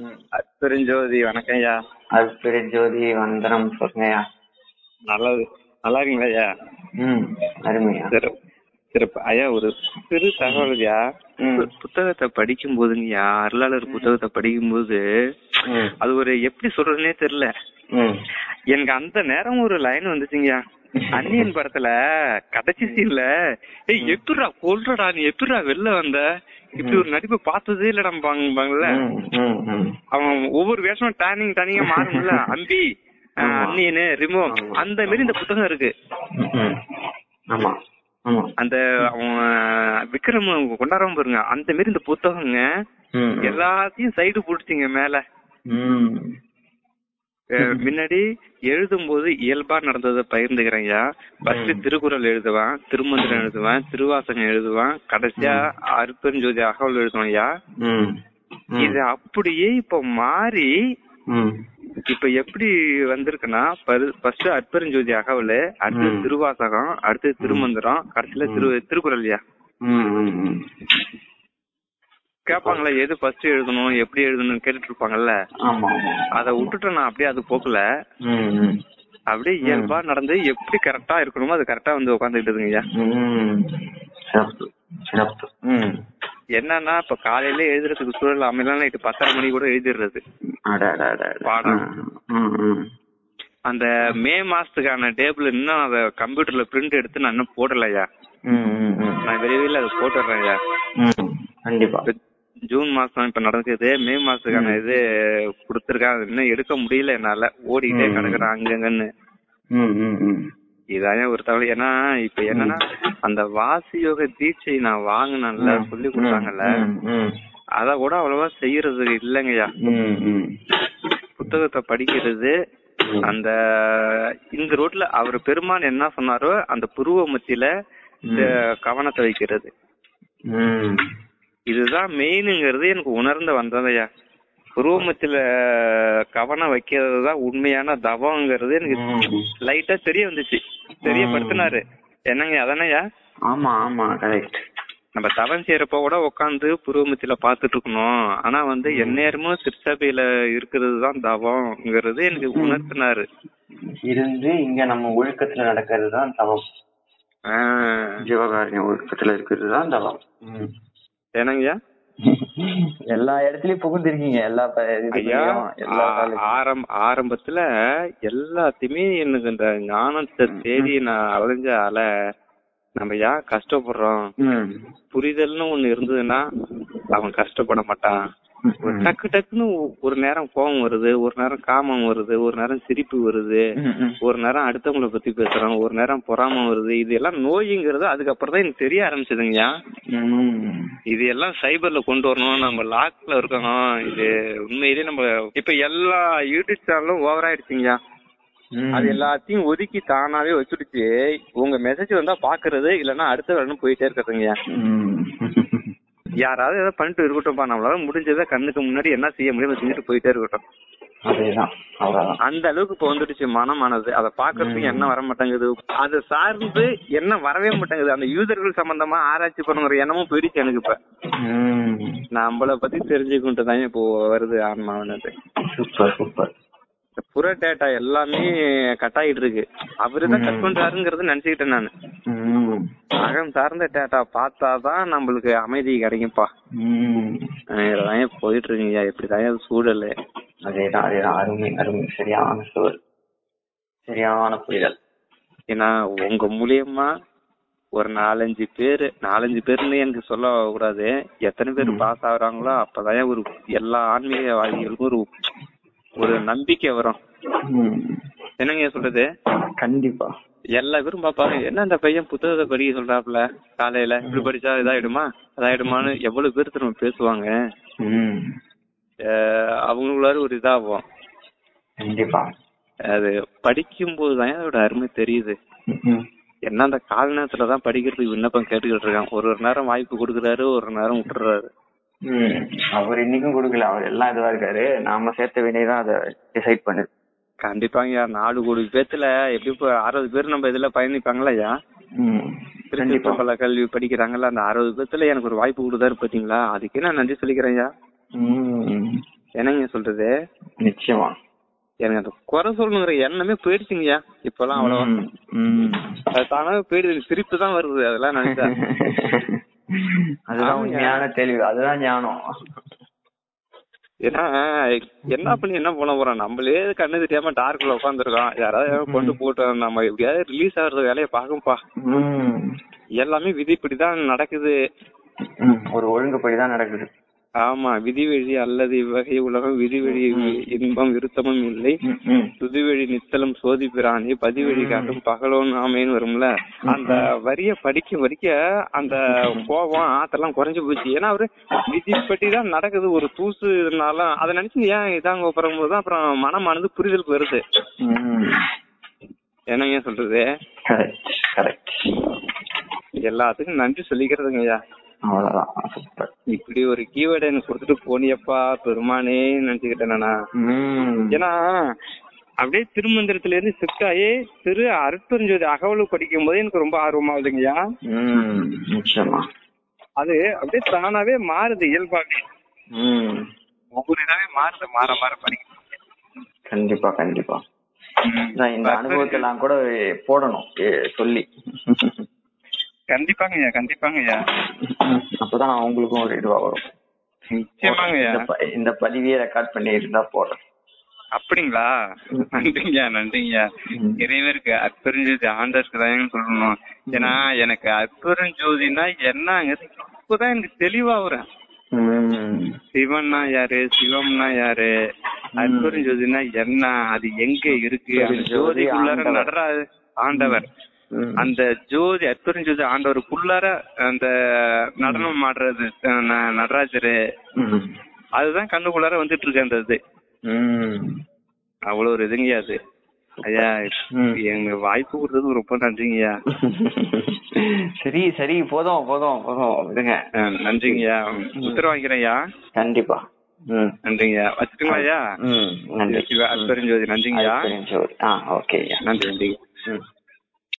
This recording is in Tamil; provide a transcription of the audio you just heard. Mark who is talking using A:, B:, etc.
A: ம்
B: பெருஞ்சோதி வணக்கம் ஐயா
A: அற்புத ஜோதி வந்தனம் சொல்லுங்கய்யா
B: நல்லது நல்லா இருக்கீங்களா ஐயா
A: ம் அருமையா
B: சிறப்பு சிறப்பு ஐயா ஒரு சிறு தகவல் ஐயா
A: ம்
B: பு- புத்தகத்தை படிக்கும் போதுங்கய்யா அருளாளர் புத்தகத்தை படிக்கும்போது
A: ம்
B: அது ஒரு எப்படி சொல்றதுனே தெரியல
A: ம்
B: எனக்கு அந்த நேரம் ஒரு லைன் வந்துச்சுங்கய்யா அன்னியன் படத்துல கடைசி சீன்ல ஏய் எப்படிடா கொல்றடா நீ எப்படிடா வெளில வந்த இப்படி ஒரு நடிப்பு பார்த்ததே இல்லடா பாங்கல
A: ம் ம் ம்
B: அவன் ஒவ்வொரு வேஷமும் டேனிங் தனியா மாறும்ல அம்பி
A: ஆமா.
B: ஆஹ் அன்னியனு ரிமோ
A: ஆமா.
B: அந்த மாதிரி இந்த புத்தகம் இருக்கு
A: ம். ஆமா ஆமா
B: அந்த அவன் விக்ரம் கொண்டாடுறவன் பாருங்க அந்த மாதிரி இந்த புத்தகங்க
A: ம்
B: எல்லாத்தையும் சைடு புடிச்சிங்க மேல
A: ம்
B: அஹ் முன்னாடி எழுதும்போது இயல்பா நடந்ததை பகிர்ந்துக்கிறேன் ஐயா ஃபர்ஸ்ட் திருக்குறள் எழுதுவான் திருமந்திரம் எழுதுவான் திருவாசகம் எழுதுவான் கடைசியா அருப்பெருஞ்சோதி அகவல் எழுதுவான் ஐயா
A: ம்
B: இது அப்படியே இப்ப மாறி
A: ம்
B: இப்ப எப்படி வந்திருக்குன்னா ஃபர்ஸ்ட் அற்பெருஞ்சோதி அகவல் அடுத்து
A: ம்.
B: திருவாசகம் அடுத்து திருமந்திரம் கடைசியில திரு திருக்குறள்யா
A: ம் ம் ம்
B: கேட்பாங்களே எது ஃபர்ஸ்ட் எழுதணும் எப்படி எழுதணும்னு கேட்டுட்டு இருப்பாங்கல்ல
A: ஆமா ஆமா
B: அதை விட்டுட்டு நான் அப்படியே அது போக்குல
A: ம் ம்
B: அப்படியே இயல்பா நடந்து எப்படி கரெக்டா இருக்கணுமோ அது கரெக்டா வந்து உட்காந்துக்கிட்டுதுங்க ஐயா
A: ம் சிறப்பு சிறப்பு ம்
B: என்னன்னா இப்ப காலையில எழுதுறதுக்கு சூழல் அமையலாம் நைட்டு பத்தரை மணி கூட எழுதிடுறது
A: அட அட அட அட.
B: பாடம்.
A: ம் ம்
B: அந்த மே மாசத்துக்கான டேபிள் இன்னும் அதை கம்ப்யூட்டர்ல பிரிண்ட் எடுத்து நான் இன்னும் போடலையா
A: ம் ம் ம்
B: நான் விரைவில் அதை போட்டுடுறேன் ஐயா
A: ம் கண்டிப்பா
B: இப்ப ஜூன் மாசம் இப்ப நடந்தது மே மாசத்துக்கான இது கொடுத்துருக்கான் அது இன்னும் எடுக்க முடியல என்னால ஓடிக்கிட்டே
A: ம்.
B: கிடக்குறான் அங்கங்கன்னு
A: ம் ம் ம்
B: இதானே ஒரு தகவல் ஏன்னா இப்ப என்னன்னா அந்த வாசியோக தீட்சை நான் வாங்கினேன்ல சொல்லி கொடுத்தாங்கல்ல
A: ம், ம்,
B: அத கூட அவ்வளவா செய்யறது இல்லைங்கய்யா
A: ம், ம்,
B: புத்தகத்தை படிக்கிறது
A: ம்.
B: அந்த இந்த ரோட்ல அவர் பெருமான் என்ன சொன்னாரோ அந்த புருவ மத்தியில இந்த கவனத்தை வைக்கிறது
A: ம்,
B: இதுதான் மெயினுங்கிறது எனக்கு உணர்ந்து வந்ததையா புருவ மத்தியில கவனம் வைக்கிறது தான் உண்மையான தவங்கிறது எனக்கு
A: ம்.
B: லைட்டா தெரிய வந்துச்சு தெரியப்படுத்தினாரு என்னங்க அதானயா
A: ஆமா ஆமா கரெக்ட்
B: நம்ம தவம் செய்யறப்ப கூட உட்காந்து புருவமத்தில பாத்துட்டு இருக்கணும் ஆனா வந்து எந்நேரமும் திருச்சபையில இருக்கிறது தான் தவம்ங்கிறது எனக்கு உணர்த்தினாரு
A: இருந்து இங்க நம்ம ஒழுக்கத்துல நடக்கிறது தான் தவம்
B: ஆஹ்
A: ஜீவகாரிய ஒழுக்கத்துல இருக்கிறது தான் தவம் ம்.
B: என்னங்கய்யா
A: எல்லா இடத்துலயும் புகுந்திருக்கீங்க எல்லா ப-
B: ஐயா
A: இதுலயும், எல்லா
B: ஆ-
A: காலத்துலயும்.
B: ஆரம் ஆரம்பத்துல எல்லாத்தையுமே எனக்கு இந்த ஞானத்தை தேடி நான் அலைஞ்சால நம்ம ஏன் கஷ்டப்படுறோம்
A: ம்.
B: புரிதல்னு ஒண்ணு இருந்ததுன்னா அவன் கஷ்டப்பட மாட்டான்
A: ம்,
B: டக்கு டக்குன்னு ஒ- ஒரு நேரம் கோபம் வருது ஒரு நேரம் காமம் வருது ஒரு நேரம் சிரிப்பு வருது
A: ம், ம்.
B: ஒரு நேரம் அடுத்தவங்கள பத்தி பேசுறோம் ஒரு நேரம் பொறாமை வருது இது எல்லாம் நோய்ங்கிறது அதுக்கப்புறம் தான் எனக்கு தெரிய ஆரம்பிச்சதுங்கய்யா
A: ம்.
B: இது எல்லாம் சைபர்ல கொண்டு வரணும் நம்ம லாக்ல இருக்கோம் இது உண்மையிலேயே நம்ம இப்ப எல்லா யூடியூப் சேனலும் ஓவர் ஆயிடுச்சுங்கய்யா
A: ம்.
B: அது எல்லாத்தையும் ஒதுக்கி தானாவே வச்சுடுச்சு உங்க மெசேஜ் வந்தா பாக்குறது இல்லன்னா அடுத்த வேணும் போயிட்டே இருக்கிறதுங்கய்யா
A: ம்.
B: யாராவது ஏதாவது பண்ணிட்டு இருக்கட்டும்பா நம்மளால முடிஞ்சதை கண்ணுக்கு முன்னாடி என்ன செய்ய முடியும் செஞ்சுட்டு போயிட்டே இருக்கட்டும்
A: அதேதான் அவ்வளவுதான்
B: அந்த அளவுக்கு இப்போ வந்துடுச்சு மனமானது அதை பாக்குறதுக்கு என்ன வர மாட்டேங்குது அதை சார்ந்து என்ன வரவே மாட்டேங்குது அந்த யூசர்கள் சம்பந்தமா ஆராய்ச்சி பண்ணுங்கிற எண்ணமும் போயிடுச்சு எனக்கு இப்ப
A: ம்.
B: நம்மள பத்தி தெரிஞ்சுக்கிட்டு தான் இப்போ வருது ஆன்மாவனது
A: சூப்பர் சூப்பர்
B: இந்த புற டேட்டா எல்லாமே கட் ஆயிட்டு இருக்கு அவரு தான் கட் பண்றாருங்கிறது நினைச்சுக்கிட்டேன் நான்
A: ம்.
B: அகம் சார்ந்த டேட்டா பார்த்தாதான் நம்மளுக்கு அமைதி கிடைக்கும்ப்பா
A: ம்.
B: இதெல்லாம் போயிட்டு இருக்குங்கய்யா இப்படிதான் சூழல்
A: அதேதான் அதேதான் அருமை அருமை சரியான சுவர் சரியான புரிதல்
B: ஏன்னா உங்க மூலியமா ஒரு நாலஞ்சு பேர் நாலஞ்சு பேர்னு எனக்கு சொல்ல கூடாது எத்தனை பேர் பாஸ் ஆகுறாங்களோ அப்பதான் ஒரு எல்லா ஆன்மீகவாதிகளுக்கும் ஒரு ஒரு நம்பிக்கை வரும்
A: ம்.
B: என்னங்க சொல்றது
A: கண்டிப்பா
B: எல்லா பேரும் பாப்பாங்க என்ன அந்த பையன் புத்தகத்தை படிக்க சொல்றாப்புல காலையில இப்படி படிச்சா இதாயிடுமா அதாயிடுமான்னு எவ்வளவு பேர் திரும்ப பேசுவாங்க
A: ம்.
B: அஹ் அவங்களுக்குள்ளார ஒரு இதாகும்
A: கண்டிப்பா
B: அது படிக்கும் போதுதான் அதோட அருமை தெரியுது
A: ம், ம்.
B: என்ன அந்த கால நேரத்துல தான் படிக்கிறதுக்கு விண்ணப்பம் கேட்டுக்கிட்டு இருக்கான் ஒரு ஒரு நேரம் வாய்ப்பு கொடுக்குறாரு ஒரு நேரம் விட்டுறாரு
A: ம். அவர் இன்னைக்கும் கொடுக்கல அவர் எல்லாம் இதுவா இருக்காரு நாம சேர்த்த வினைதான் அதை டிசைட் பண்ணுது
B: கண்டிப்பாங்க நாலு கோடி பேத்துல எப்படி இப்போ அறுபது பேர் நம்ம இதுல பயணிப்பாங்களா ஐயா
A: ம்.
B: திருச்சி
A: கண்டிப்பா
B: பல கல்வி படிக்கிறாங்கல்ல அந்த அறுபது பேத்துல எனக்கு ஒரு வாய்ப்பு கொடுத்தாரு பாத்தீங்களா அதுக்கே நான் நன்றி சொல்லிக்கிறேன் ஐயா
A: ம்.
B: என்னங்க சொல்றது
A: நிச்சயமா
B: எனக்கு அந்த குறை சொல்லணுங்கிற எண்ணமே போயிடுச்சுங்கய்யா இப்பெல்லாம் அவ்வளவா
A: ம், ம்.
B: அது தானாவே போயிடுது சிரிப்பு தான் வருது அதெல்லாம் நினைச்சா
A: அதுதான்
B: ஆமாங்க.
A: உண்மையான தெளிவு அதுதான் ஞானம்
B: ஏன்னா என்ன பண்ணி என்ன பண்ண போறோம் நம்மளே கண்ணு தெரியாம டார்க்ல உட்காந்துருக்கோம் யாராவது ஏதாவது கொண்டு போட்டு நம்ம எப்படியாவது ரிலீஸ் ஆகுற வேலையை பாக்கும்பா
A: ம்.
B: எல்லாமே விதிப்படி தான் நடக்குது
A: ம், ஒரு ஒழுங்குப்படி தான் நடக்குது
B: ஆமா விதிவெளி அல்லது இவ்வகை உலகம் விதிவெளி இன்பம் விருத்தமும் இல்லை
A: ம், ம்.
B: துதிவெளி நித்தலும் சோதி பிராணி பதிவெளி காட்டும் பகலோன் ஆமைன்னு வரும்ல அந்த வரிய படிக்க படிக்க அந்த கோபம் ஆத்தெல்லாம் குறைஞ்சு போச்சு ஏன்னா அவரு விதிப்படி தான் நடக்குது ஒரு தூசு இருந்தாலும் அதை நினைச்சு ஏன் இதாங்க போது தான் அப்புறம் மனமானது புரிதல் வருது
A: ம்.
B: என்னங்க சொல்றது
A: correct, correct.
B: எல்லாத்துக்கும் நன்றி சொல்லிக்கிறதுங்கய்யா
A: அவ்வளவுதான் super.
B: இப்படி ஒரு கீவேர்டு எனக்கு கொடுத்துட்டு போனியப்பா பெருமானே நினைச்சுக்கிட்டேன் நானா
A: ம்.
B: ஏன்னா அப்படியே திருமந்திரத்துல இருந்து ஷிஃப்ட் ஆகி திரு அருட்பெருஞ்சோதி அகவலு படிக்கும் போது எனக்கு ரொம்ப ஆர்வமா இருக்குங்கய்யா
A: ம், நிச்சயமா
B: அது அப்படியே தானாவே மாறுது இயல்பாவே
A: ம்.
B: ஒவ்வொரு இதாவே மாறுது மாற மாற படிக்கும்
A: கண்டிப்பா கண்டிப்பா நான் இந்த அனுபவத்தை நான் கூட போடணும் ஏ- சொல்லி
B: கண்டிப்பாங்கய்யா கண்டிப்பாங்கய்யா
A: அப்பதான் அவங்களுக்கும் ஒரு இதுவா வரும்
B: நிச்சயமாங்கய்யா
A: இந்த ப- இந்த பதிவையே ரெக்கார்ட் பண்ணி இருந்தா போடுறேன்
B: அப்படிங்களா நன்றிங்கய்யா நன்றிங்கய்யா
A: ம்.
B: இறைவருக்கு அற்பெருஞ்சோதி ஆண்டருக்கு தான் சொல்லணும் ஏன்னா எனக்கு அற்பெருஞ்சோதினா என்னங்கிறது இப்பதான் எனக்கு தெளிவா வரேன்
A: ம்.
B: சிவன்னா யாரு சிவம்னா யாரு அற்புதஞ்சோதினா என்ன அது எங்க இருக்கு அந்த
A: அற்புதம் ஜோதி
B: ஜோதிக்குள்ளார
A: ஆண்டவர்.
B: நடரா ஆண்டவர்
A: ம்.
B: அந்த ஜோதி அற்புதஞ்சோதி ஆண்டவருக்குள்ளார அந்த நடனம் ஆடுறது அஹ், ந- நடராஜரு
A: ம்.
B: அதுதான் கண்ணுக்குள்ளார வந்துட்டு இருக்கு அந்த இது
A: ம்.
B: அவ்வளவு ஒரு இதுங்கய்யா அது ஐயா
A: ம்.
B: எங்க வாய்ப்பு கொடுத்தது ரொம்ப நன்றிங்கய்யா
A: சரி சரி போதும் போதும் போதும் விடுங்க
B: அஹ், நன்றிங்கய்யா உத்தரவு வாங்கிக்கிறேன்யா
A: கண்டிப்பா ம்.
B: நன்றிங்கய்யா வச்சுட்டுங்களாய்யா
A: ம். நன்றி
B: அற்புதஞ்சோதி நன்றிங்கய்யா
A: அது தெரிஞ்சு ஒரு- ஆ ஓகே
B: நன்றி நன்றி
A: ம்